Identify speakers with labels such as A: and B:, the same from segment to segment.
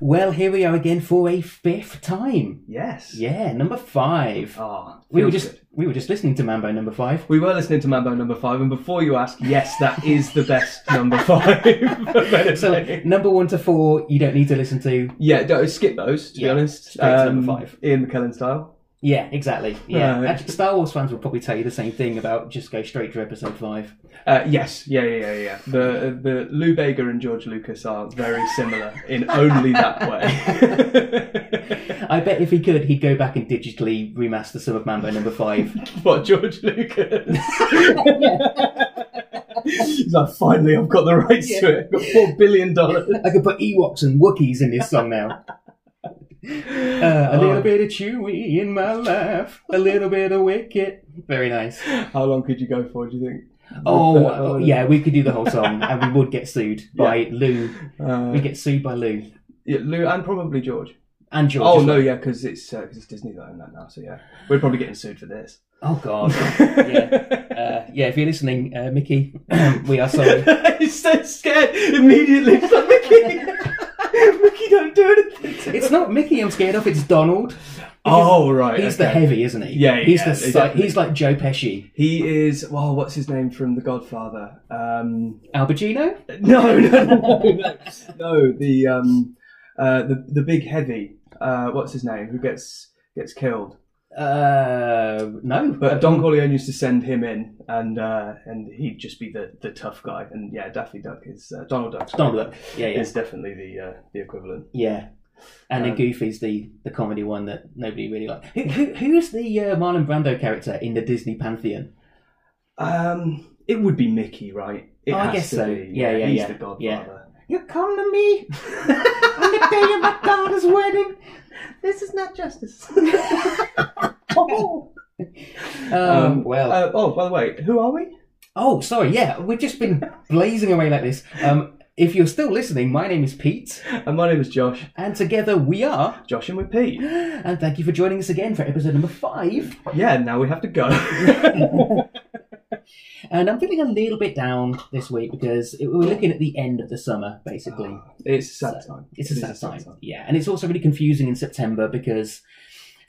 A: Well, here we are again for a fifth time.
B: Yes.
A: Yeah, number five.
B: Ah,
A: we were
B: feels
A: just
B: good.
A: we were just listening to Mambo number five.
B: We were listening to Mambo number five, and before you ask, yes, that is the best number five. of
A: So
B: anything.
A: number one to four, you don't need to listen to.
B: yeah, don't, skip those, to
A: Yeah,
B: be honest. Um,
A: straight to number five.
B: Ian McKellen style.
A: Yeah, exactly. Yeah,
B: Right.
A: Actually, Star Wars fans will probably tell you the same thing about just go straight to episode five.
B: Uh, yes, yeah, yeah, yeah, yeah. The, the Lou Bega and George Lucas are very similar in only that way.
A: I bet if he could, he'd go back and digitally remaster some of Mambo number five.
B: what, George Lucas? He's like, finally, I've got the rights to it. I've got $4 billion.
A: I could put Ewoks and Wookiees in this song now. Uh, a
B: Oh.
A: little bit of Chewie in my life, a little bit of Wicket. Very nice.
B: How long could you go for, do you think?
A: Oh,
B: With that
A: uh,
B: on it.
A: yeah, we could do the whole song, and we would get sued by Lou. We
B: Uh,
A: get sued by Lou
B: yeah, Lou and probably George.
A: and George.
B: Oh
A: as
B: no,
A: well.
B: yeah, because it's uh 'cause it's Disney that own that now, so yeah, we're probably getting sued for this.
A: Oh God. Uh, yeah, if you're listening, uh, Mickey, we are sorry.
B: He's so scared immediately. He's like, Mickey, Mickey, don't do anything. to
A: It's not Mickey I'm scared of. It's Donald.
B: oh right,
A: He's the
B: okay.
A: heavy, isn't he?
B: Yeah,
A: He's
B: yeah,
A: the
B: exactly.
A: he's like Joe Pesci.
B: He is. Well, what's his name from The Godfather? Um,
A: Albergino.
B: no, no, no, no, no, no. The um, uh, the the big heavy. Uh, what's his name? Who gets gets killed?
A: Uh, no,
B: But Don Corleone used to send him in, and uh, and he'd just be the, the tough guy. And yeah, Daffy Duck is uh, Donald Duck.
A: Donald Duck. Yeah, yeah,
B: is definitely the uh, the equivalent.
A: yeah. And then
B: Um,
A: Goofy's the, the comedy one that nobody really liked. Who, who, who is the uh, Marlon Brando character in the Disney pantheon?
B: Um, it would be Mickey, right? It
A: Oh, I
B: has
A: guess
B: to
A: so.
B: be.
A: Yeah, yeah,
B: He's
A: yeah.
B: the Godfather.
A: You come to me on the day of my daughter's wedding.
B: This is not justice.
A: Um, Oh, well,
B: uh, oh, by the way, who are we?
A: oh, sorry. Yeah, we've just been blazing away like this. Um, if you're still listening, my name is Pete,
B: And Uh, my name is Josh.
A: and together we are.
B: Josh and with Pete.
A: And thank you for joining us again for episode number five.
B: Yeah, now we have to go.
A: And I'm feeling a little bit down this week because it, we're looking at the end of the summer, basically.
B: it's a sad time.
A: It's
B: It
A: Ah, a
B: is
A: sad, time. Yeah, and it's also really confusing in September because,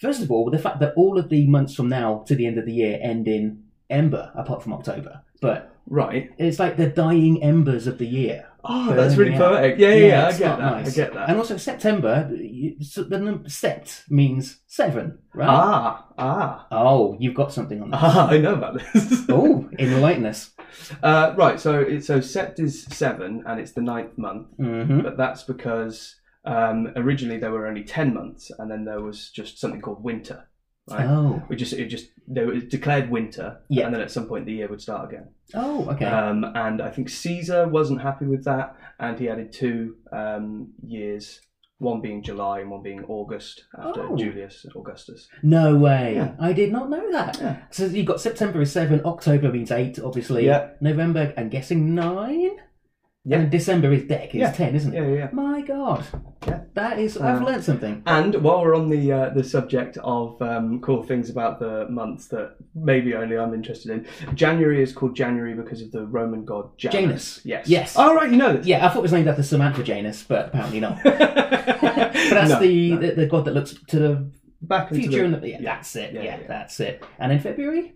A: first of all, the fact that all of the months from now to the end of the year end in Ember, apart from October. But
B: Right.
A: it's like the dying embers of the year.
B: Oh, that's
A: Burning
B: really
A: out.
B: poetic. Yeah, yeah, yeah. I
A: it's
B: get
A: not
B: that.
A: nice.
B: I get that.
A: And also September, you- so the num- sept means seven, right?
B: ah, ah,
A: Oh, you've got something on that.
B: ah. I know about this.
A: oh, enlighten us.
B: Uh, right, so it, so Sept is seven, and it's the ninth month,
A: hmm
B: but that's because um, originally there were only ten months, and then there was just something called winter, right?
A: Oh,
B: Which is it just there was declared winter,
A: Yeah.
B: and then at some point the year would start again.
A: oh, okay.
B: Um, and I think Caesar wasn't happy with that, and he added two um, years, one being July and one being August after
A: Oh.
B: Julius Augustus.
A: no way.
B: Yeah.
A: I did not know that.
B: Yeah.
A: So you've got September is seven, October means eight, obviously.
B: Yeah.
A: November, I'm guessing nine.
B: Yeah.
A: And December is deck is
B: Yeah.
A: ten, isn't it?
B: Yeah, yeah. yeah.
A: My God.
B: Yeah.
A: That is. I've
B: Um,
A: learned something.
B: And while we're on the uh, the subject of um, cool things about the months that maybe only I'm interested in, January is called January because of the Roman god Janus.
A: Janus.
B: Yes.
A: Yes.
B: All right, you know this.
A: Yeah, I thought it was named after Samantha Janus, but apparently not. but that's
B: that's
A: the, the the god that looks to the
B: back into
A: future
B: the-
A: and the, yeah, that's it. Yeah,
B: Yeah, yeah.
A: that's it. And in February,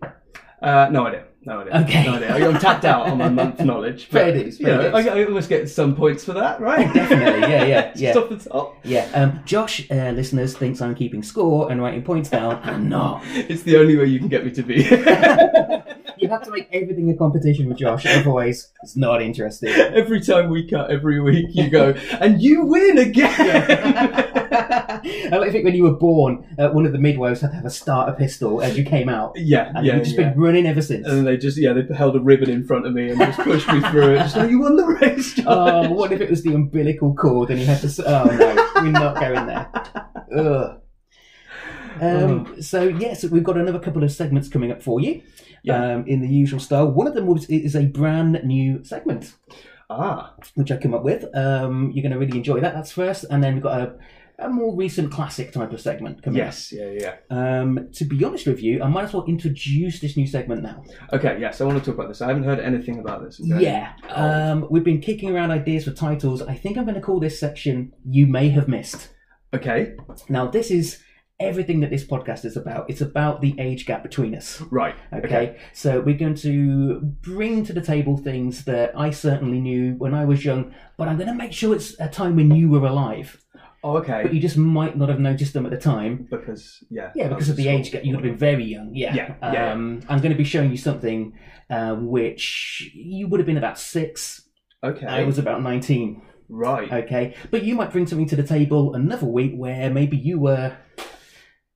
B: Uh, no idea. No idea.
A: Okay.
B: No idea. I'm tapped out on my month knowledge.
A: Fair
B: but,
A: dues,
B: you
A: fair
B: know,
A: dues. Oh,
B: I, I almost get some points for that, right?
A: Definitely, yeah, yeah, yeah.
B: Just off the top.
A: yeah. Um, Josh, uh, listeners, thinks I'm keeping score and writing points down. I'm not.
B: It's the only way you can get me to be.
A: You have to make everything a competition with Josh, otherwise it's not interesting.
B: every time we cut, every week you go, and you win again.
A: I like to think when you were born, uh, one of the midwives had to have a starter pistol as you came out,
B: Yeah,
A: and
B: yeah,
A: you've just
B: yeah.
A: been running ever since.
B: And then they just, yeah, they held a ribbon in front of me and just pushed me through it. Just like, you won the race, John.
A: Oh, what if it was the umbilical cord and you had to? s- Oh no, we're not going there. Ugh.
B: Oh.
A: Um, so yes, we've got another couple of segments coming up for you,
B: Yeah.
A: um, in the usual style. One of them was, is a brand new segment
B: Ah,
A: which I come up with. Um, you're going to really enjoy that. That's first, and then we've got a, a more recent classic type of segment coming. up.
B: Yes, yeah, yeah.
A: Um, to be honest with you, I might as well introduce this new segment now.
B: yeah. Okay, yes, I want to talk about this. I haven't heard anything about this. okay?
A: Yeah.
B: Oh.
A: Um, we've been kicking around ideas for titles. I think I'm going to call this section "You May Have Missed."
B: Okay,
A: Now, this is everything that this podcast is about. It's about the age gap between us.
B: right.
A: Okay? So we're going to bring to the table things that I certainly knew when I was young, but I'm going to make sure it's a time when you were alive,
B: Oh, okay.
A: but you just might not have noticed them at the time.
B: because, yeah.
A: Yeah,
B: that
A: because
B: was
A: of the
B: sort
A: age gap, you would have been very young. Yeah.
B: Yeah, yeah.
A: Um, I'm going to be showing you something uh, which you would have been about six.
B: Okay,
A: I was about 19.
B: right.
A: Okay, but you might bring something to the table another week where maybe you were,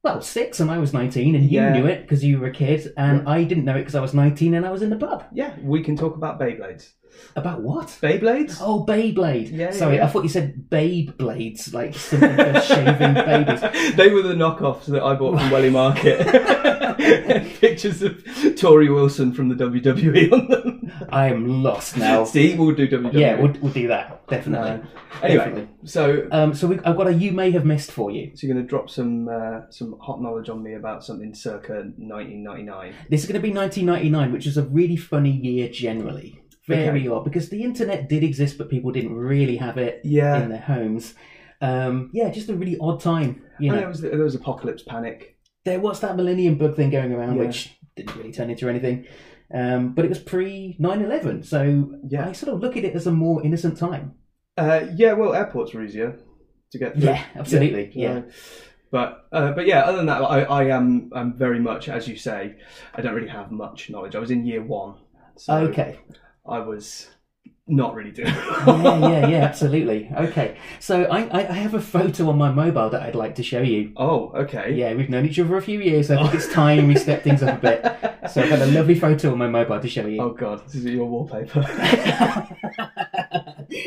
A: well, six and I was 19 and you
B: Yeah.
A: knew it because you were a kid and
B: Yeah.
A: I didn't know it because I was 19 and I was in the pub.
B: Yeah, we can talk about Beyblades.
A: About what?
B: Beyblades?
A: Oh, Beyblade.
B: Yeah,
A: Sorry,
B: yeah.
A: I thought you said babe blades, like something for shaving babies.
B: They were the knockoffs that I bought from Welly Market. Pictures of Tori Wilson from the WWE on them.
A: I am lost now.
B: See, we'll do E. WWE.
A: yeah, we'll, we'll do that, definitely.
B: Uh, anyway,
A: Definitely.
B: so
A: Um, so we, I've got a you may have missed for you.
B: so you're going to drop some uh, some hot knowledge on me about something circa 1999.
A: This is going to be 1999, which is a really funny year generally. Very
B: Okay.
A: odd because the internet did exist, but people didn't really have it.
B: Yeah,
A: in their homes. Um, yeah, just a really odd time. You
B: and
A: know,
B: there was there was apocalypse panic.
A: there was that Millennium Bug thing going around,
B: Yeah.
A: which didn't really turn into anything. Um, but it was pre 9-11, so
B: Yeah,
A: I sort of look at it as a more innocent time.
B: uh, yeah. Well, airports were easier to get through.
A: Yeah, absolutely. Yeah,
B: So, But uh, but yeah, other than that, I, I am I'm very much as you say. I don't really have much knowledge. I was in year one, so
A: Okay.
B: I was not really doing.
A: yeah, yeah, yeah. Absolutely. Okay. So I, I, I have a photo on my mobile that I'd like to show you.
B: Oh, okay.
A: Yeah, we've known each other a few years. So I think it's time we step things up a bit. So I've got a lovely photo on my mobile to show you.
B: Oh god, this is your wallpaper.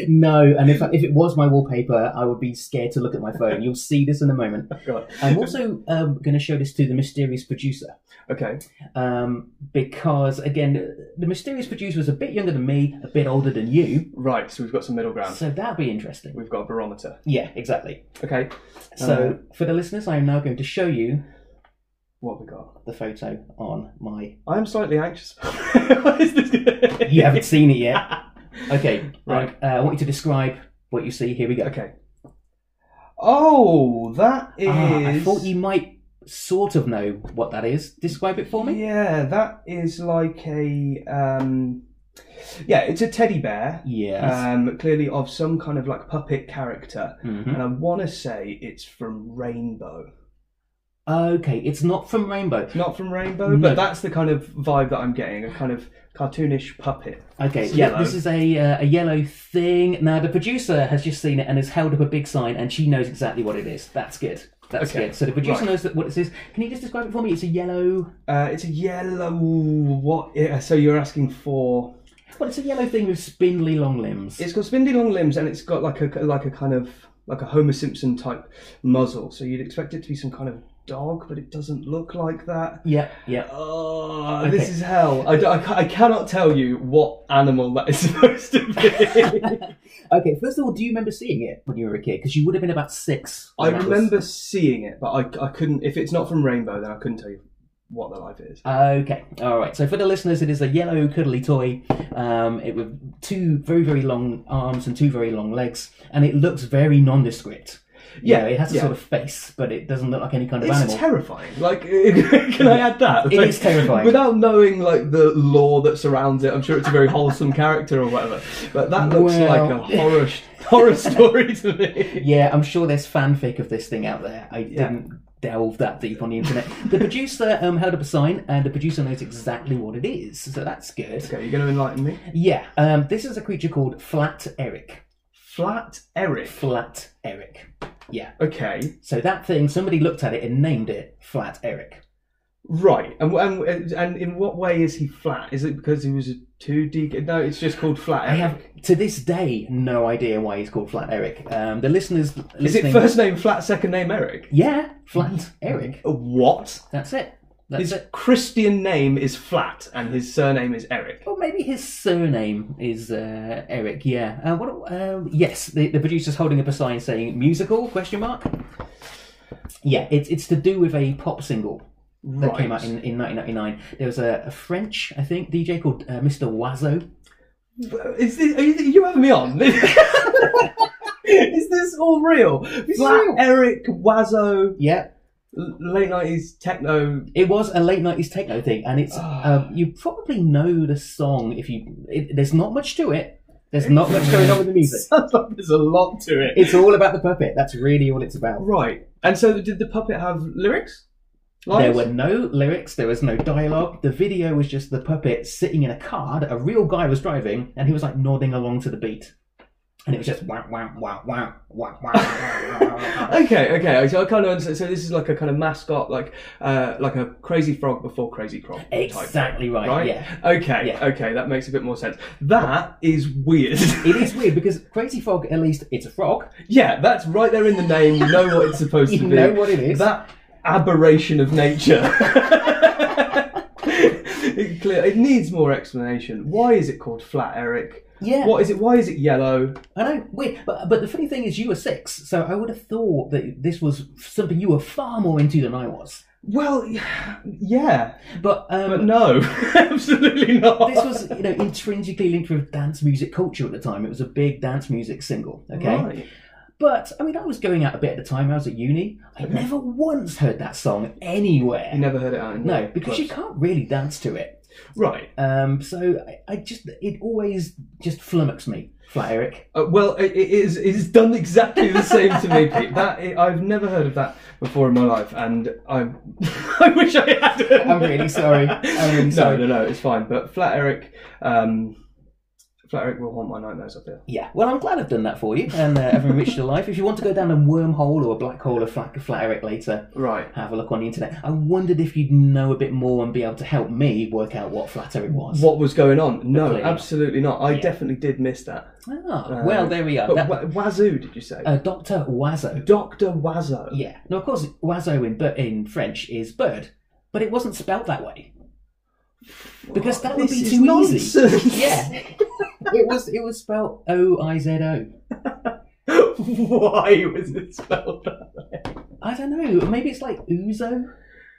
A: no, and if, if it was my wallpaper, I would be scared to look at my phone. You'll see this in a moment.
B: Oh, god.
A: I'm also um, going to show this to the mysterious producer
B: Okay.
A: um, because, again, the mysterious producer was a bit younger than me, a bit older than you,
B: Right. So we've got some middle ground.
A: so that'd be interesting.
B: We've got a barometer.
A: Yeah, exactly.
B: Okay.
A: So, for the listeners, I am now going to show you
B: What have we got?
A: the photo on my.
B: I'm slightly anxious. what is this? Gonna...
A: You haven't seen it yet. Okay,
B: Right.
A: right. Uh, I want you to describe what you see. Here we go.
B: Okay. Oh, that is.
A: Ah, I thought you might sort of know what that is. Describe it for me.
B: Yeah, that is like a um, yeah, it's a teddy bear.
A: Yes.
B: Um, clearly of some kind of like puppet character,
A: Mhm.
B: and I want to say it's from Rainbow,
A: Okay, it's not from Rainbow.
B: not from Rainbow,
A: No.
B: but that's the kind of vibe that I'm getting—a kind of cartoonish puppet.
A: Okay,
B: It's
A: yeah,
B: yellow.
A: this is a uh, a yellow thing. Now the producer has just seen it and has held up a big sign, and she knows exactly what it is. That's good. That's
B: Okay,
A: good. So the producer
B: right.
A: knows that what it is. Can you just describe it for me? It's a yellow.
B: Uh, it's a yellow. What? Yeah, so you're asking for?
A: Well, it's a yellow thing with spindly long limbs.
B: It's got spindly long limbs, and it's got like a like a kind of like a Homer Simpson type muzzle. So you'd expect it to be some kind of dog, but it doesn't look like that.
A: yeah, yeah.
B: Oh,
A: Okay.
B: this is hell. I, d- I ca- I cannot tell you what animal that is supposed to be.
A: Okay. First of all, do you remember seeing it when you were a kid? Because you would have been about six.
B: I
A: when that was-
B: remember seeing it, but I, I couldn't. If it's not from Rainbow, then I couldn't tell you what the life is.
A: Okay, all right. So for the listeners, it is a yellow cuddly toy. Um, it with two very very long arms and two very long legs, and it looks very nondescript. You
B: Yeah,
A: know, it has a
B: yeah.
A: sort of face, but it doesn't look like any kind of
B: It's
A: animal.
B: terrifying. Like, can I add that?
A: It
B: Like,
A: is terrifying.
B: Without knowing like the law that surrounds it, I'm sure it's a very wholesome character or whatever. But that looks
A: Well-
B: like a horror horror story to me.
A: yeah, I'm sure there's fanfic of this thing out there. I
B: Yeah.
A: didn't delve that deep on the internet. the producer um, held up a sign, and the producer knows exactly what it is, so that's good.
B: Okay, you're going to enlighten me.
A: Yeah, um, this is a creature called Flat Eric.
B: Flat Eric.
A: Flat Eric.
B: Okay.
A: So that thing, somebody looked at it and named it Flat Eric.
B: Right, and, and and in what way is he flat? Is it because he was a two D? No, it's just called flat.
A: I have to this day no idea why he's called Flat Eric. Um, the listeners,
B: Is it
A: listening-
B: first name flat, second name Eric?
A: Yeah, Flat Eric.
B: What?
A: That's it. That's
B: his
A: it.
B: Christian name is Flat, and his surname is Eric.
A: Well, maybe his surname is uh, Eric. Yeah. Uh, what? Um, yes. The, the producer's holding up a sign saying "musical?" Question mark. Yeah, it's it's to do with a pop single that came out in, in 1999. There was a, a French, I think, DJ called uh, Mr. Wazo.
B: Is this, are, you, are you having me on? is this all real?
A: is
B: Flat
A: real.
B: Eric Wazo,
A: Yeah,
B: l- late nineties techno.
A: it was a late 90s techno thing, and it's
B: Ah.
A: um, you probably know the song if you. It, there's not much to it. There's not much going on with the music.
B: Sounds like there's a lot to it.
A: It's all about the puppet. That's really all it's about.
B: Right. And so, did the puppet have lyrics?
A: There
B: Lines?
A: were no lyrics. There was no dialogue. The video was just the puppet sitting in a car that a real guy was driving, and he was like nodding along to the beat, and it was just wow wow wow wow wow wow.
B: Okay, okay. So I kind of understand. So this is like a kind of mascot, like uh, like a crazy frog before crazy frog. type.
A: Exactly right.
B: Right?
A: Yeah.
B: Okay,
A: Yeah.
B: okay. That makes a bit more sense. That is weird.
A: It is weird because Crazy Frog, at least it's a frog.
B: yeah, that's right there in the name. You know what it's supposed to
A: You
B: be.
A: know what it is.
B: that aberration of nature. it, clear, it needs more explanation. Why is it called flat, Eric?
A: yeah.
B: What is it? Why is it yellow?
A: I know. Weird. But, but the funny thing is, you were six, so I would have thought that this was something you were far more into than I was.
B: Well, yeah,
A: But, um,
B: but no, absolutely not.
A: this was, you know, intrinsically linked with dance music culture at the time. It was a big dance music single. Okay.
B: Right.
A: But I mean, I was going out a bit at the time. I was at uni. I never once heard that song anywhere.
B: You never heard it out in
A: no,
B: the
A: because
B: clubs.
A: you can't really dance to it.
B: Right.
A: Um, so I, I just it always just flummoxed me, Flat Eric.
B: Uh, well, it, it is it's done exactly the same to me. Pete. That i I've never heard of that before in my life, and I I wish I had.
A: I'm really sorry. I'm really
B: no,
A: sorry.
B: no, no, it's fine. But Flat Eric, um, Flat Eric will haunt my nightmares. I feel.
A: Yeah, well, I'm glad I've done that for you and uh, have enriched your life. If you want to go down a wormhole or a black hole of Flat, Flat Eric later,
B: Right.
A: have a look on the internet. I wondered if you'd know a bit more and be able to help me work out what Flat Eric was.
B: What was going on? No,
A: Clearly not.
B: absolutely not. I
A: Yeah. definitely
B: definitely did miss that.
A: Ah,
B: Uh,
A: well, there we are.
B: But
A: That-
B: wa- Wazoo, did you say?
A: uh, Dr. Wazo.
B: Doctor Wazoo.
A: Yeah. Now, of course, Wazo in, bir- in French is bird, but it wasn't spelt that way. Because that would
B: This
A: be
B: is
A: too
B: nonsense.
A: easy. Yeah. it was it was spelled O I Z O.
B: Why was it spelled that?
A: I don't know. Maybe it's like Uzo.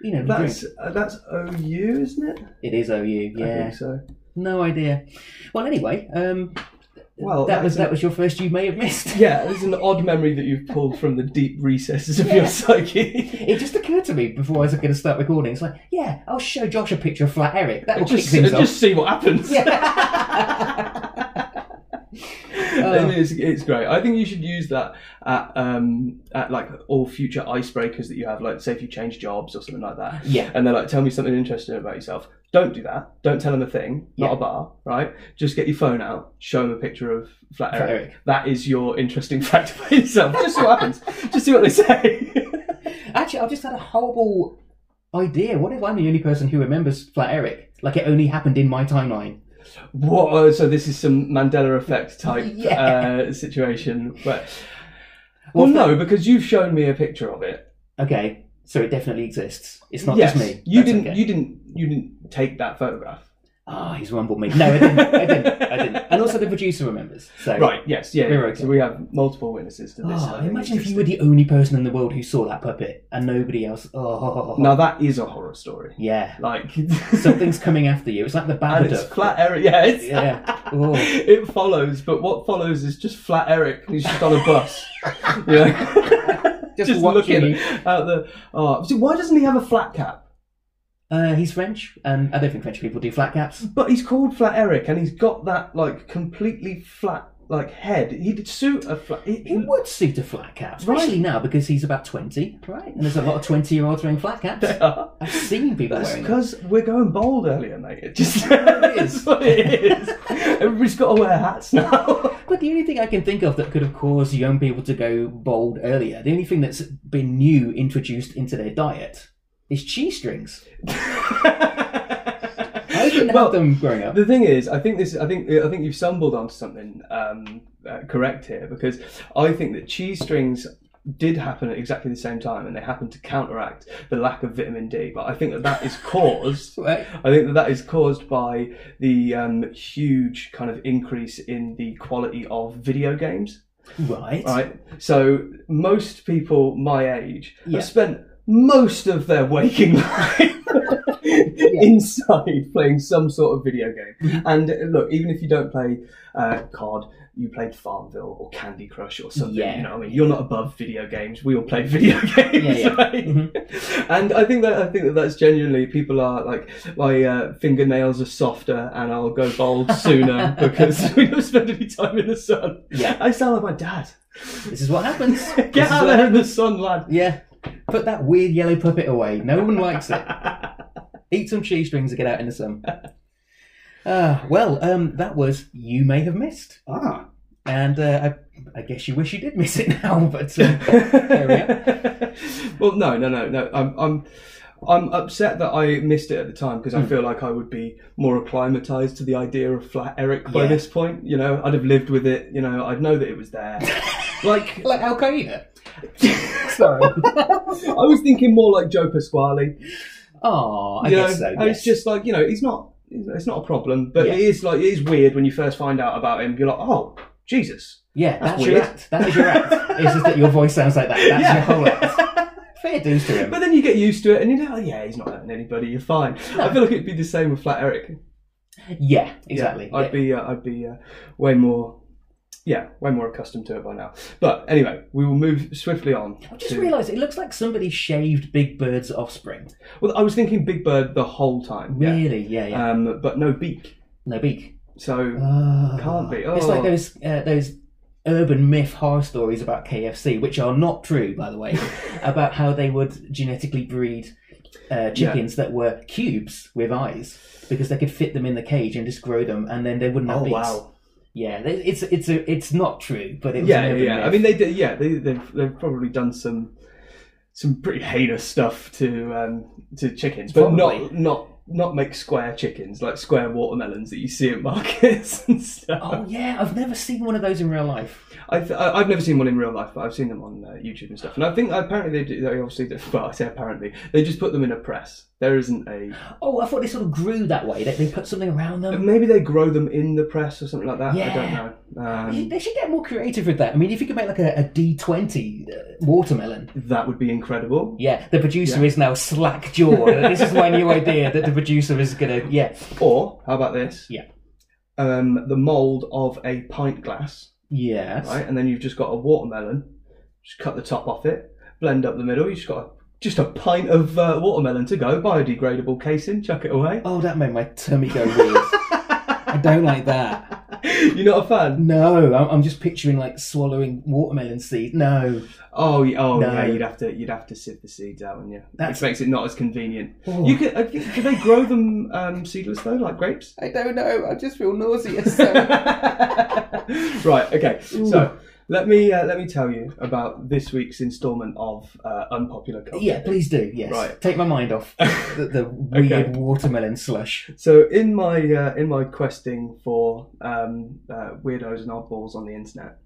A: You know, the
B: That's
A: drink.
B: uh, that's OU, isn't it?
A: it is O U.
B: I
A: Yeah.
B: think so.
A: No idea. Well, anyway, um,
B: Well,
A: that,
B: that
A: was
B: is
A: that
B: a-
A: was your first. You may have missed.
B: Yeah, it's an odd memory that you've pulled from the deep recesses of
A: Yeah.
B: your psyche.
A: It just occurred to me before I was going to start recording. It's like, yeah, I'll show Josh a picture of Flat Eric. That will kick
B: just,
A: things off.
B: just see what happens.
A: Yeah. Oh.
B: It is, it's great. I think you should use that at, um, at like all future icebreakers that you have. Like, say if you change jobs or something like that,
A: yeah.
B: and they're like, "Tell me something interesting about yourself." Don't do that. Don't tell them a thing. Not
A: Yeah.
B: a bar, right? Just get your phone out. Show them a picture of Flat
A: Flat
B: Eric.
A: Eric.
B: That is your interesting fact about yourself. Just see what happens. Just see what they say.
A: Actually, I've just had a horrible idea. What if I'm the only person who remembers Flat Eric? Like it only happened in my timeline.
B: What? Oh, so this is some Mandela effect type
A: Yeah.
B: uh, situation. But well, no, because you've shown me a picture of it.
A: Okay, so it definitely exists. It's not
B: yes,
A: just me.
B: you
A: That's
B: didn't.
A: okay.
B: You didn't. You didn't take that photograph.
A: Ah, he's rumbled me. No, I didn't. I didn't. I didn't. And also, the producer remembers. So.
B: Right. Yes. Yeah.
A: We're
B: yeah.
A: okay.
B: So we have multiple witnesses to this.
A: Oh,
B: I think
A: imagine if you
B: existing.
A: were the only person in the world who saw that puppet and nobody else. Oh,
B: Now that is a horror story.
A: yeah.
B: Like
A: Something's coming after you. It's like the
B: and it's
A: Babadook.
B: flat Eric. Yeah. It's,
A: Yeah. Oh.
B: It follows, but what follows is just flat Eric. He's just on a bus. yeah.
A: Just watching
B: looking
A: you.
B: out the. Oh, see, why doesn't he have a flat cap?
A: Uh, he's French, and I don't think French people do flat caps.
B: But he's called Flat Eric, and he's got that like completely flat like head. He'd suit a flat. he-
A: He
B: he-
A: would suit a flat cap,
B: Hmm. Right.
A: especially now because he's about 20, right? And there's a lot of 20 year olds wearing flat caps. I've seen people
B: That's
A: wearing them.
B: because we're going bold earlier, mate. It just that's what it is. Everybody's got to wear hats now.
A: But the only thing I can think of that could have caused young people to go bold earlier, the only thing that's been new introduced into their diet is cheese strings. I didn't
B: Well,
A: have them growing up.
B: The thing is, I think this. I think. I think you've stumbled onto something um, uh, correct here because I think that cheese strings did happen at exactly the same time, and they happened to counteract the lack of vitamin D. But I think that that is caused.
A: Right.
B: I think that that is caused by the um, huge kind of increase in the quality of video games.
A: Right.
B: Right. So most people my age
A: Yeah.
B: have spent most of their waking life inside playing some sort of video
A: Mm-hmm.
B: game. And uh, look, even if you don't play uh, COD, you played Farmville or Candy Crush or something.
A: Yeah.
B: You know, what I mean, you're not above video games. We all play video games,
A: Yeah, Mm-hmm. yeah.
B: right? And I think that I think that that's genuinely people are like my uh, fingernails are softer and I'll go bald sooner because we don't spend any time in the sun.
A: Yeah.
B: I sound like my dad.
A: This is what happens. This
B: Get
A: is
B: out
A: what-
B: there in the sun, lad.
A: Yeah. Put that weird yellow puppet away. No one likes it. Eat some cheese strings and get out in the sun. Ah, well, um, that was You May Have Missed.
B: Ah.
A: And uh, I, I guess you wish you did miss it now, but uh, we
B: well, no, no, no, no. I'm, I'm, I'm upset that I missed it at the time because I
A: Hmm.
B: feel like I would be more acclimatized to the idea of flat Eric by
A: Yeah.
B: this point. You know, I'd have lived with it. You know, I'd know that it was there. like,
A: like Al Qaeda. Sorry.
B: I was thinking more like Joe Pasquale.
A: Oh, I
B: you
A: guess
B: know,
A: so.
B: and
A: Yes.
B: it's just like you know, he's not. It's not a problem, but
A: Yeah.
B: it is like it is weird when you first find out about him. You're like, oh, Jesus.
A: yeah, that's,
B: that's
A: your
B: weird.
A: act. That is your act. it's just that your voice sounds like that. That's your whole act. Fair dues to him.
B: But then you get used to it, and you know, oh, yeah, he's not hurting anybody. You're fine. I feel like it'd be the same with Flat Eric.
A: yeah, exactly.
B: Yeah, I'd be uh, I'd be uh, way more yeah way more accustomed to it by now. But anyway, we will move swiftly on.
A: I just
B: to-
A: realised it looks like somebody shaved Big Bird's offspring.
B: well, I was thinking Big Bird the whole time. Yeah.
A: Really? Yeah, yeah.
B: Um, but no beak.
A: no beak.
B: So
A: Ah.
B: Can't be.
A: It's like
B: Oh.
A: those uh, those urban myth horror stories about KFC, which are not true, by the way, about how they would genetically breed uh, chickens that were cubes with eyes because they could fit them in the cage and just grow them, and then they wouldn't have
B: oh
A: beaks.
B: wow.
A: Yeah, they- it's it's a, it's not true, but it was
B: Yeah,
A: an
B: yeah.
A: urban
B: yeah.
A: myth.
B: I mean, they did, yeah they they've, they've probably done some some pretty heinous stuff to um, to chickens, but not
A: Probably.
B: not not make square chickens like square watermelons that you see at markets and stuff.
A: oh yeah, I've never seen one of those in real life.
B: I th- I- I've never seen one in real life, but I've seen them on uh, YouTube and stuff. And I think apparently they do. They obviously, do, well, I say apparently they just put them in a press. There isn't a
A: Oh, I thought they sort of grew that way. They, they put something around them.
B: maybe they grow them in the press or something like that. I
A: Um, Yeah.
B: don't know. Um,
A: They should get more creative with that. I mean, if you could make like a, a D20 uh, watermelon,
B: that would be incredible.
A: Yeah, the producer is now slack jawed. this is my new idea that the producer is gonna. Yeah,
B: Or how about this?
A: Yeah.
B: Um, the mold of a pint glass,
A: yes,
B: right? And then you've just got a watermelon. Just cut the top off it, blend up the middle. You have just got a, just a pint of uh, watermelon to go. Biodegradable casing. Chuck it away.
A: Oh, that made my tummy go weird. I don't like that.
B: You're not a fan.
A: No, I'm, I'm just picturing like swallowing watermelon seed. No,
B: Oh, y- oh
A: No.
B: yeah, you'd have to you'd have to sieve the seeds out, wouldn't you?
A: That's-
B: Which makes it not as convenient.
A: Oh.
B: You could, I think, do they grow them um, seedless though, like grapes?
A: I don't know. I just feel nauseous.
B: right. Okay.
A: Ooh.
B: So let me uh, let me tell you about this week's instalment of uh, unpopular culture.
A: yeah, please do. Yes,
B: Right.
A: take my mind off the, the weird watermelon slush.
B: So in my uh, in my questing for um, uh, weirdos and oddballs on the internet,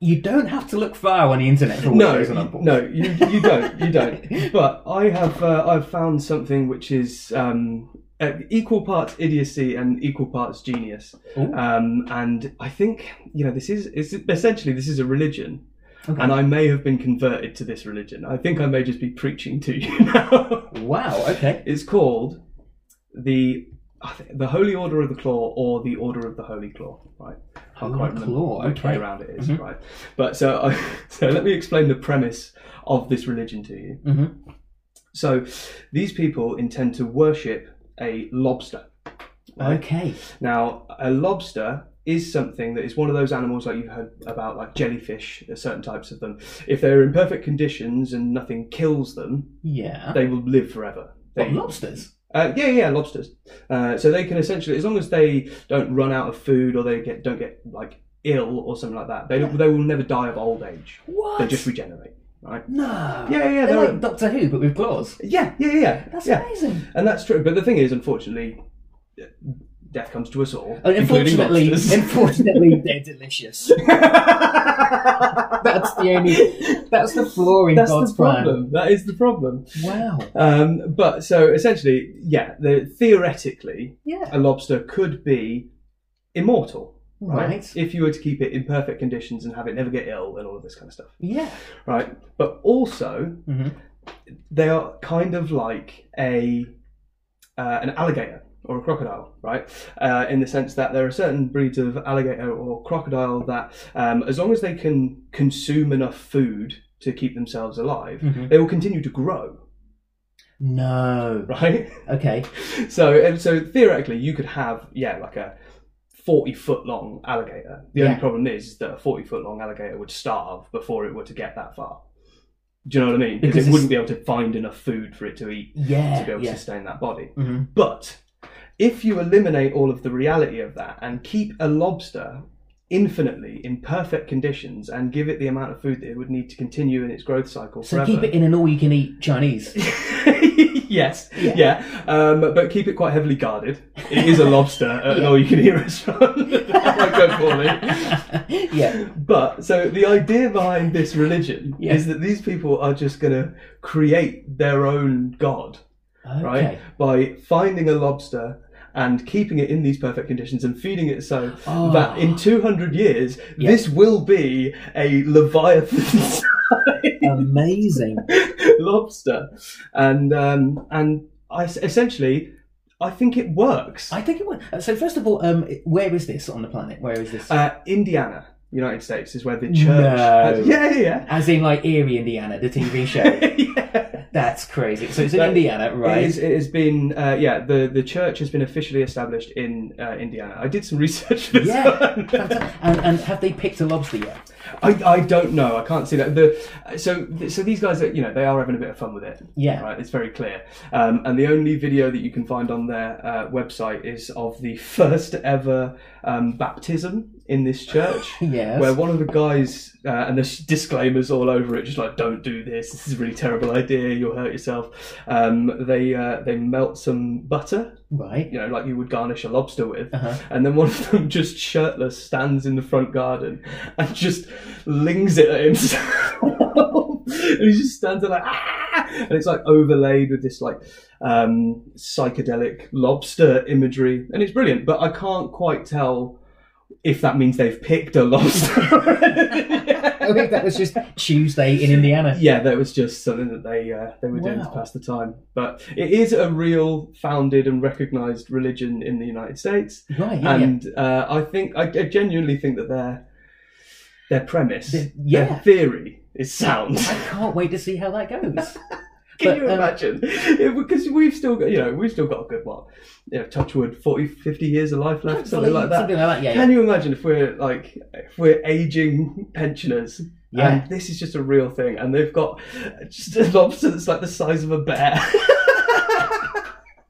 A: You don't have to look far on the internet for
B: no,
A: watermelons and
B: you-
A: apple.
B: no, you, you don't, you don't. But I have uh, I've found something which is um, uh, equal parts idiocy and equal parts genius.
A: Ooh.
B: Um, and I think you know this is it's, essentially this is a religion.
A: Okay.
B: And I may have been converted to this religion. I think I may just be preaching to you now.
A: Wow. Okay.
B: it's called the I thi- the Holy Order of the Claw or the Order of the Holy Claw, right? I
A: Holy
B: can't remember
A: Claw,
B: which
A: okay.
B: way
A: Mm-hmm.
B: around it is, right? But so I, so let me explain the premise of this religion to you.
A: hmm
B: So these people intend to worship a lobster. Right.
A: Okay.
B: Now, a lobster is something that is one of those animals like you've heard about, like jellyfish, there's certain types of them. If they're in perfect conditions and nothing kills them,
A: Yeah.
B: they will live forever.
A: Uh. What,
B: They-
A: lobsters.
B: uh, yeah, yeah, lobsters. Uh, so they can essentially, as long as they don't run out of food or they get don't get like ill or something like that, they don't, they will never die of old age.
A: What?
B: They just regenerate, right?
A: No.
B: Yeah, yeah,
A: They're
B: yeah, they're-
A: like Doctor Who, but with claws.
B: Yeah, yeah, yeah, yeah.
A: That's
B: yeah.
A: amazing.
B: And that's true. But the thing is, unfortunately, death comes to us all.
A: Uh,
B: including
A: Unfortunately,
B: lobsters.
A: unfortunately, they're delicious. That's the only. That's the flaw in
B: That's
A: God's
B: the problem. That is the problem.
A: plan. Wow.
B: Um, but so essentially, yeah, the, theoretically,
A: Yeah.
B: a lobster could be immortal, right?
A: Right.
B: If you were to keep it in perfect conditions and have it never get ill and all of this kind of stuff,
A: Yeah.
B: right? But also,
A: hmm
B: they are kind of like a uh, an alligator or a crocodile, right? Uh, in the sense that there are certain breeds of alligator or crocodile that, um, as long as they can consume enough food to keep themselves alive,
A: Mhm.
B: they will continue to grow,
A: No.
B: right?
A: Okay.
B: so, and so theoretically, you could have yeah, like a forty foot long alligator. The only
A: Yeah.
B: problem is that a forty foot long alligator would starve before it were to get that far. Do you know what I
A: Because
B: mean? Because it
A: it's-
B: wouldn't be able to find enough food for it to eat to be
A: Yeah.
B: able to Mm-hmm.
A: Yeah.
B: sustain that body.
A: Mhm.
B: But if you eliminate all of the reality of that and keep a lobster infinitely in perfect conditions and give it the amount of food that it would need to continue in its growth cycle
A: So
B: forever.
A: keep it in an all-you-can-eat Chinese.
B: yes, yeah,
A: Yeah.
B: Um, but keep it quite heavily guarded. It is a lobster Uh, oh, at an
A: Yeah.
B: all-you-can-eat restaurant. That might go poorly.
A: yeah.
B: But so the idea behind this religion
A: Yeah.
B: is that these people are just going to create their own god
A: Okay.
B: right? By finding a lobster and keeping it in these perfect conditions and feeding it so
A: Oh.
B: that in 200 years,
A: Yeah.
B: this will be a leviathan
A: Amazing.
B: lobster. And, um, and I, essentially, I think it works.
A: I think it would. So first of all, um, where is this on the planet? Where is this?
B: Uh, Indiana, United States, is where the church.
A: No.
B: has- yeah, yeah,
A: As in like Erie, Indiana, the TV show.
B: yeah. yeah.
A: That's crazy. So it's in
B: That-
A: Indiana, right?
B: It, is, it has been, uh, yeah, the, the church has been officially established in uh, Indiana. I did some research for this
A: Yeah.
B: one.
A: Fantastic. and, and have they picked a lobster yet?
B: I, I don't know. I can't see that. The so so these guys are you know they are having a bit of fun with it.
A: Yeah.
B: Right. It's very clear. Um, and the only video that you can find on their uh, website is of the first ever um, baptism in this church.
A: Yes.
B: Where one of the guys, uh, and there's disclaimers all over it, just like "Don't do this. This is a really terrible idea. You'll hurt yourself." Um, they uh, they melt some butter,
A: right.
B: you know, like you would garnish a lobster with,
A: Uh-huh.
B: and then one of them just shirtless stands in the front garden and just lings it at himself. and he just stands there like, ah! And it's like overlaid with this like um, psychedelic lobster imagery. And it's brilliant, but I can't quite tell if that means they've picked a
A: I
B: lobster.
A: think that was just Tuesday in Indiana.
B: Yeah, that was just something that they uh, they were doing to
A: Wow.
B: pass the time. But it is a real founded and recognised religion in the United States
A: Right. Yeah. yeah.
B: and uh, I think I, I genuinely think that their their premise,
A: The- yeah.
B: their theory is sound.
A: I can't wait to see how that goes.
B: Can
A: But,
B: you
A: um,
B: imagine? It- because we've still got you know we've still got a good one. You know, Touchwood, 40, 50 years of life left, something like that.
A: Something like that. Yeah.
B: Can you imagine if we're like if we're aging pensioners?
A: Yeah.
B: And this is just a real thing, and they've got just a lobster that's like the size of a bear.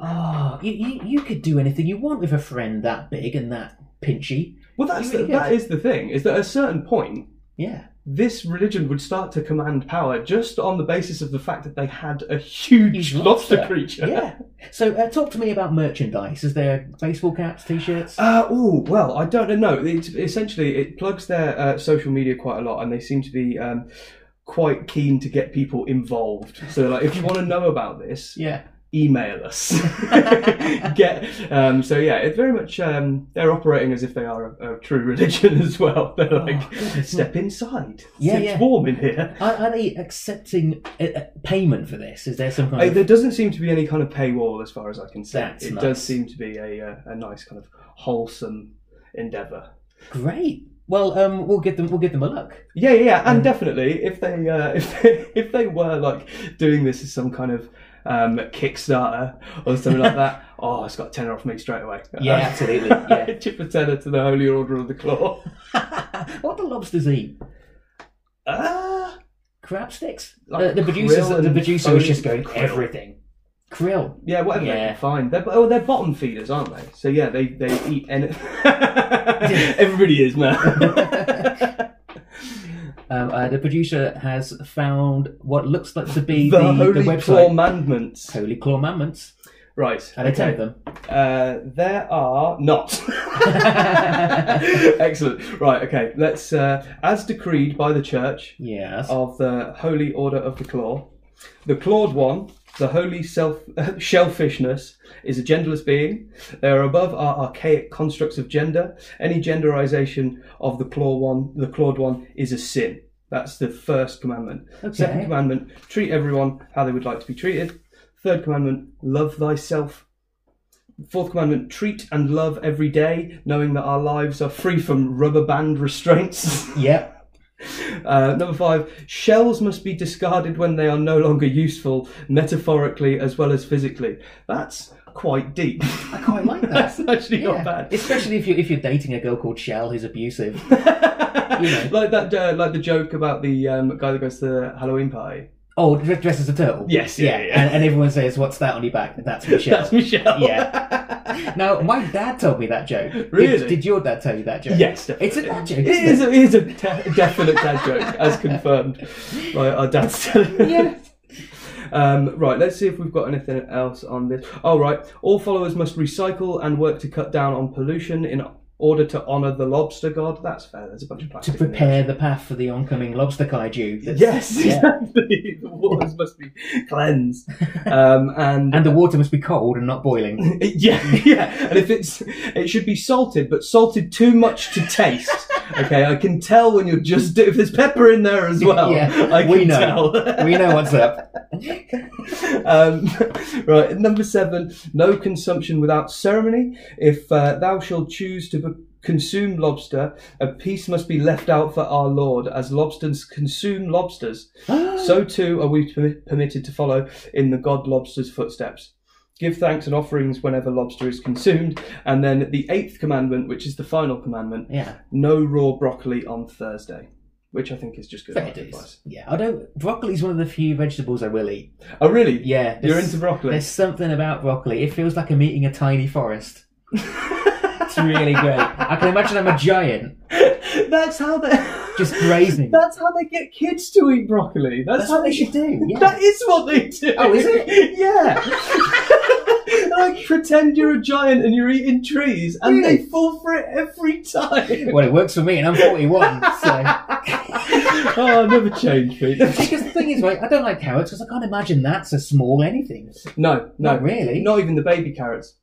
A: Oh, you, you, you could do anything you want with a friend that big and that pinchy.
B: well, that's
A: You
B: the,
A: really
B: that is the thing is that at a certain point,
A: Yeah.
B: this religion would start to command power just on the basis of the fact that they had a huge,
A: Huge
B: lobster,
A: lobster.
B: creature.
A: Yeah. So uh, talk to me about merchandise. Is there baseball caps, t-shirts?
B: Uh, oh well, I don't know. It's, essentially, it plugs their uh, social media quite a lot, and they seem to be um, quite keen to get people involved. So, they're like, if you want to know about this,
A: yeah.
B: email us. get um, so yeah, it's very much um, they're operating as if they are a, a true religion as well. They're like,
A: Oh, goodness.
B: step inside.
A: Yeah,
B: it's
A: yeah.
B: warm in here.
A: Are, are they accepting uh, uh, payment for this? Is there some
B: Uh,
A: kind of
B: there doesn't seem to be any kind of paywall as far as I can see.
A: That's
B: it
A: nice.
B: does seem to be a, uh, a nice kind of wholesome endeavour.
A: great? Well, um, we'll give them we'll give them a look.
B: Yeah, yeah, yeah,
A: Mm.
B: and definitely if they uh, if they, if they were like doing this as some kind of um, Kickstarter or something like that, oh, it's got a tenner off me straight away. Uh,
A: Yeah, absolutely. Yeah.
B: Chip a tenner to the Holy Order of the Claw.
A: what do lobsters eat?
B: Ah,
A: Crab sticks.
B: Like
A: Uh, the producers,
B: krill
A: the
B: and
A: producer was just
B: frozen
A: going
B: krill.
A: everything. Krill.
B: yeah, whatever they
A: Yeah.
B: can find. They're, oh, they're bottom feeders, aren't they? So yeah, they they eat. Any- Everybody is now.
A: Um, uh, the producer has found what looks like to be
B: the,
A: the, the,
B: holy
A: website
B: commandments.
A: Holy Claw Mammoths.
B: Right.
A: Are they ten
B: okay.
A: of them?
B: Uh, there are not. Excellent. Right. Okay. Let's, uh, as decreed by the Church
A: Yes.
B: of the Holy Order of the Claw, the clawed one, the holy self shellfishness, is a genderless being. They are above our archaic constructs of gender. Any genderization of the claw one, the clawed one, is a sin. That's the first commandment. Second
A: Okay.
B: commandment: treat everyone how they would like to be treated. Third commandment: love thyself. Fourth commandment: treat and love every day, knowing that our lives are free from rubber band restraints.
A: Yep.
B: Uh, number five, shells must be discarded when they are no longer useful, metaphorically as well as physically. That's quite deep.
A: I quite like that.
B: That's actually
A: Yeah.
B: not bad.
A: Especially if you if you're dating a girl called Shell who's abusive. you know.
B: Like that, uh, like the joke about the um, guy that goes to the Halloween party.
A: Oh, dre- dressed as a turtle.
B: Yes, yeah, yeah.
A: And, and everyone says, "What's that on your back?" That's Michelle.
B: That's Michelle.
A: Yeah. Now, my dad told me that joke. Did- Did,
B: Really?
A: your dad tell you that joke?
B: Yes, definitely.
A: It's a dad joke,
B: It
A: isn't
B: is, a, it is a de- definite dad joke, as confirmed by our dad's.
A: Yeah.
B: Um, right, let's see if we've got anything else on this. All right, all followers must recycle and work to cut down on pollution in order to honour the lobster god. That's fair. There's a bunch of
A: To
B: plastic. in there.
A: prepare the path for the oncoming lobster kaiju. That's-
B: Yes,
A: Yeah.
B: exactly. The waters must be cleansed, um, and,
A: And the water must be cold and not boiling.
B: yeah, yeah. And if it's, it should be salted, but salted too much to taste. Okay, I can tell when you're just if there's pepper in there as well.
A: Yeah,
B: I can
A: we know.
B: tell.
A: we know what's up.
B: um, right, number seven, no consumption without ceremony. If uh, thou shalt choose to be- consume lobster, a piece must be left out for our Lord, as lobsters consume lobsters. so too are we per- permitted to follow in the God lobster's footsteps. Give thanks and offerings whenever lobster is consumed. And then the eighth commandment, which is the final commandment
A: Yeah,
B: no raw broccoli on Thursday, which I think is just good
A: fair
B: life
A: dues.
B: advice.
A: Yeah, I don't. Broccoli's one of the few vegetables I will eat.
B: Oh, really?
A: Yeah,
B: You're
A: there's-
B: into broccoli?
A: There's something about broccoli. It feels like I'm eating a tiny forest. it's really great. I can imagine I'm a giant
B: That's how they.
A: just grazing.
B: That's how they get kids to eat broccoli. That's,
A: That's
B: how
A: what they should do. Yeah.
B: That is what they do.
A: Oh, is
B: it? yeah. like pretend you're a giant and you're eating trees, and
A: Really?
B: they fall for it every time.
A: Well, it works for me, and I'm 41, so.
B: oh, never change, Pete.
A: Because the thing is, right, I don't like carrots because I can't imagine that's a small anything.
B: No, no,
A: Not really.
B: not even the baby carrots.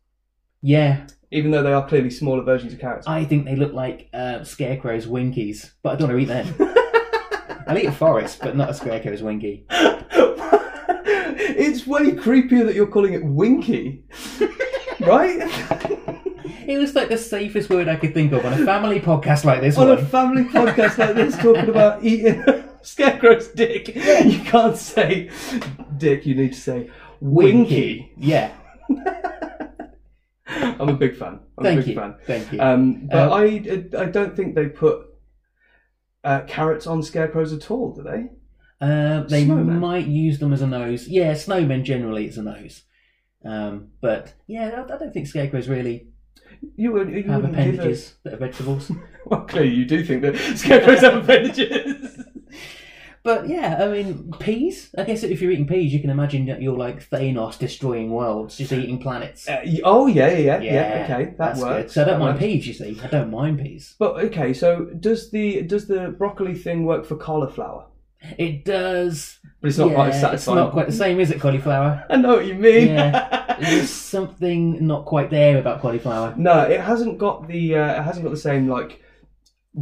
A: Yeah,
B: Even though they are clearly smaller versions of carrots.
A: I think they look like uh, scarecrow's winkies, but I don't want to eat them. I'll eat a forest, but not a scarecrow's winky.
B: it's way creepier that you're calling it Winky, right?
A: It was like the safest word I could think of on a family podcast like this
B: on a
A: one.
B: family podcast like this talking about eating scarecrow's dick you can't say dick you need to say winky,
A: Yeah,
B: i'm a big fan i'm a
A: thank
B: big
A: you.
B: fan
A: Thank you.
B: um, but
A: Uh,
B: I, I don't think they put uh, carrots on scarecrows at all do they
A: Uh, they
B: snowman.
A: might use them as a nose. Yeah, snowmen generally it's a nose. Um, but yeah, I I don't think scarecrows really
B: you would you
A: have
B: wouldn't give a-
A: appendages that are vegetables.
B: well clearly you do think that scarecrows have appendages
A: But yeah, I mean, peas. I guess if you're eating peas, you can imagine that you're like Thanos destroying worlds, just eating planets.
B: Uh, y- oh yeah yeah yeah, yeah okay that
A: that's
B: works
A: Good. So I don't
B: that
A: mind
B: works.
A: peas. You see, I don't mind peas.
B: but okay so does the does the broccoli thing work for cauliflower
A: It does.
B: but it's not
A: yeah,
B: quite as
A: It's
B: satisfying
A: not quite the same, is it? Cauliflower.
B: I know what you mean.
A: There's something not quite there about cauliflower.
B: no, it hasn't got the uh, it hasn't got the same like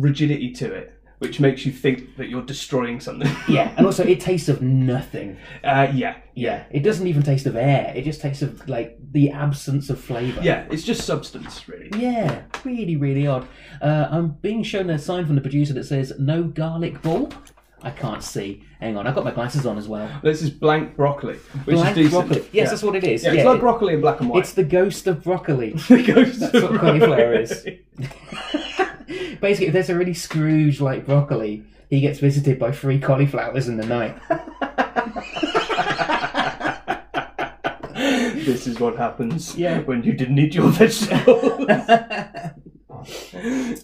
B: rigidity to it, which makes you think that you're destroying something.
A: Yeah, and also it tastes of nothing.
B: Uh, yeah, yeah,
A: Yeah, it doesn't even taste of air. It just tastes of like the absence of flavour.
B: yeah. It's just substance, really.
A: Yeah, really, really odd. Uh, I'm being shown a sign from the producer that says no garlic bulb. I can't see. Hang on, I've got my glasses on as well.
B: This is blank broccoli, which
A: Blank
B: is decent.
A: broccoli. Yes,
B: yeah.
A: that's what it is.
B: Yeah, it's
A: Yeah,
B: like
A: it-
B: broccoli in black and white.
A: It's the ghost of broccoli.
B: the ghost
A: That's
B: of
A: what
B: broccoli.
A: cauliflower is. Basically, if there's a really Scrooge like broccoli, he gets visited by three cauliflowers in the night.
B: this is what happens
A: Yeah.
B: when you didn't eat your vegetables.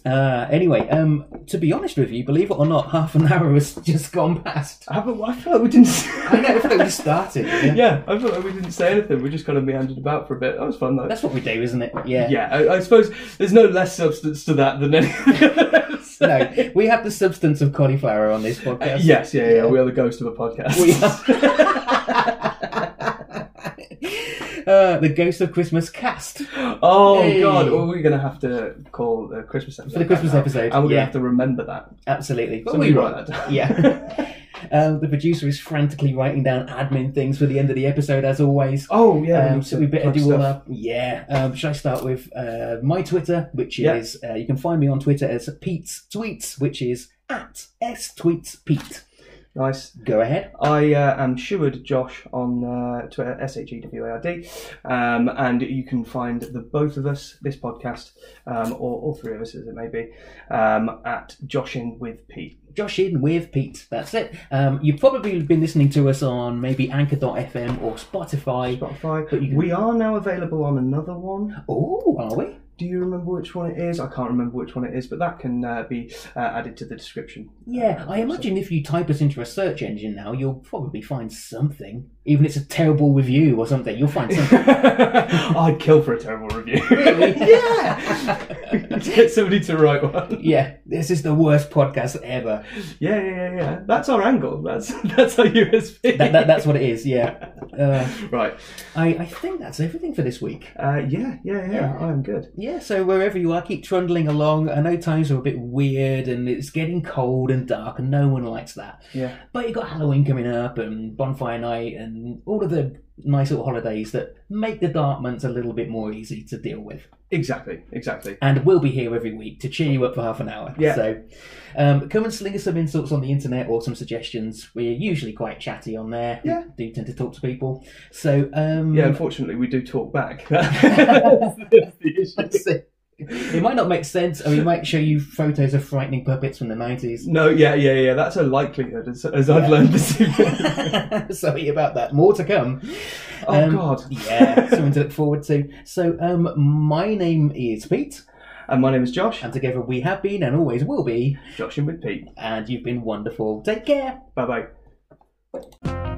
A: Uh, anyway, um, to be honest with you, believe it or not, half an hour has just gone past.
B: I haven't. I feel like we didn't. Say,
A: I know, I thought we started. Yeah.
B: yeah, I feel like we didn't say anything. We just kind of meandered about for a bit. That was fun though.
A: That's what we do, isn't it? Yeah.
B: yeah, I, I suppose there's no less substance to that than anything else.
A: No, we have the substance of cauliflower on this
B: Uh,
A: podcast.
B: Yes, yeah, yeah. We are the ghost of a podcast.
A: We uh, the Ghost of Christmas cast
B: Oh
A: Yay.
B: god, well, we're gonna have to call the Christmas episode
A: for the Christmas
B: now.
A: episode.
B: and we're
A: yeah,
B: gonna have to remember that.
A: absolutely.
B: So
A: But we
B: we
A: write-
B: write that down.
A: Yeah. um, the producer is frantically writing down admin things for the end of the episode, as always.
B: Oh yeah,
A: Um,
B: need
A: so
B: to
A: we better
B: plug
A: do all
B: stuff.
A: that. Yeah. Um, should I start with uh, my Twitter, which
B: Yeah.
A: is uh, you can find me on Twitter as Pete's Tweets, which is at s tweets Pete.
B: Nice.
A: Go ahead.
B: I uh, am Sheward Josh on uh, Twitter, S H E W A R D, um, and you can find the both of us, this podcast, um, or all three of us as it may be, um, at Joshing with Pete.
A: Josh in with Pete. That's it. Um, you've probably been listening to us on maybe Anchor.fm or Spotify.
B: Spotify.
A: But you can-
B: We are now available on another one.
A: Oh, are we?
B: Do you remember which one it is? I can't remember which one it is, but that can uh, be uh, added to the description.
A: Yeah,
B: Uh,
A: I imagine if you type us into a search engine now, you'll probably find something. Even if it's a terrible review or something, you'll find something.
B: I'd kill for a terrible review.
A: yeah.
B: Get somebody to write one.
A: yeah, this is the worst podcast ever.
B: Yeah, yeah, yeah, yeah. That's our angle. That's that's our USB.
A: That, that, that's what it is. Yeah. Uh,
B: Right.
A: I, I think that's everything for this week.
B: Uh, yeah, yeah, yeah.
A: Yeah.
B: I'm good.
A: Yeah, so wherever you are, keep trundling along. I know times are a bit weird and it's getting cold and dark, and no one likes that.
B: Yeah.
A: But you've got Halloween coming up and Bonfire Night and all of the nice little holidays that make the dark months a little bit more easy to deal with.
B: Exactly. Exactly.
A: And we'll be here every week to cheer you up for half an hour.
B: Yeah.
A: So um, come and sling us some insults on the internet or some suggestions. We're usually quite chatty on there.
B: Yeah.
A: We do tend to talk to people. So, um,
B: Yeah. Unfortunately, we do talk back. That's the issue.
A: that's it. It might not make sense, or we might show you photos of frightening puppets from the 90s.
B: No. Yeah. Yeah. Yeah. That's a likelihood, as, as I've
A: Yeah.
B: learned this evening.
A: Sorry about that. More to come.
B: Oh
A: Um,
B: God.
A: Yeah, something to look forward to. So, um, my name is Pete,
B: And my name is Josh.
A: and together we have been and always will be,
B: Josh in with Pete.
A: and you've been wonderful. Take care.
B: Bye bye.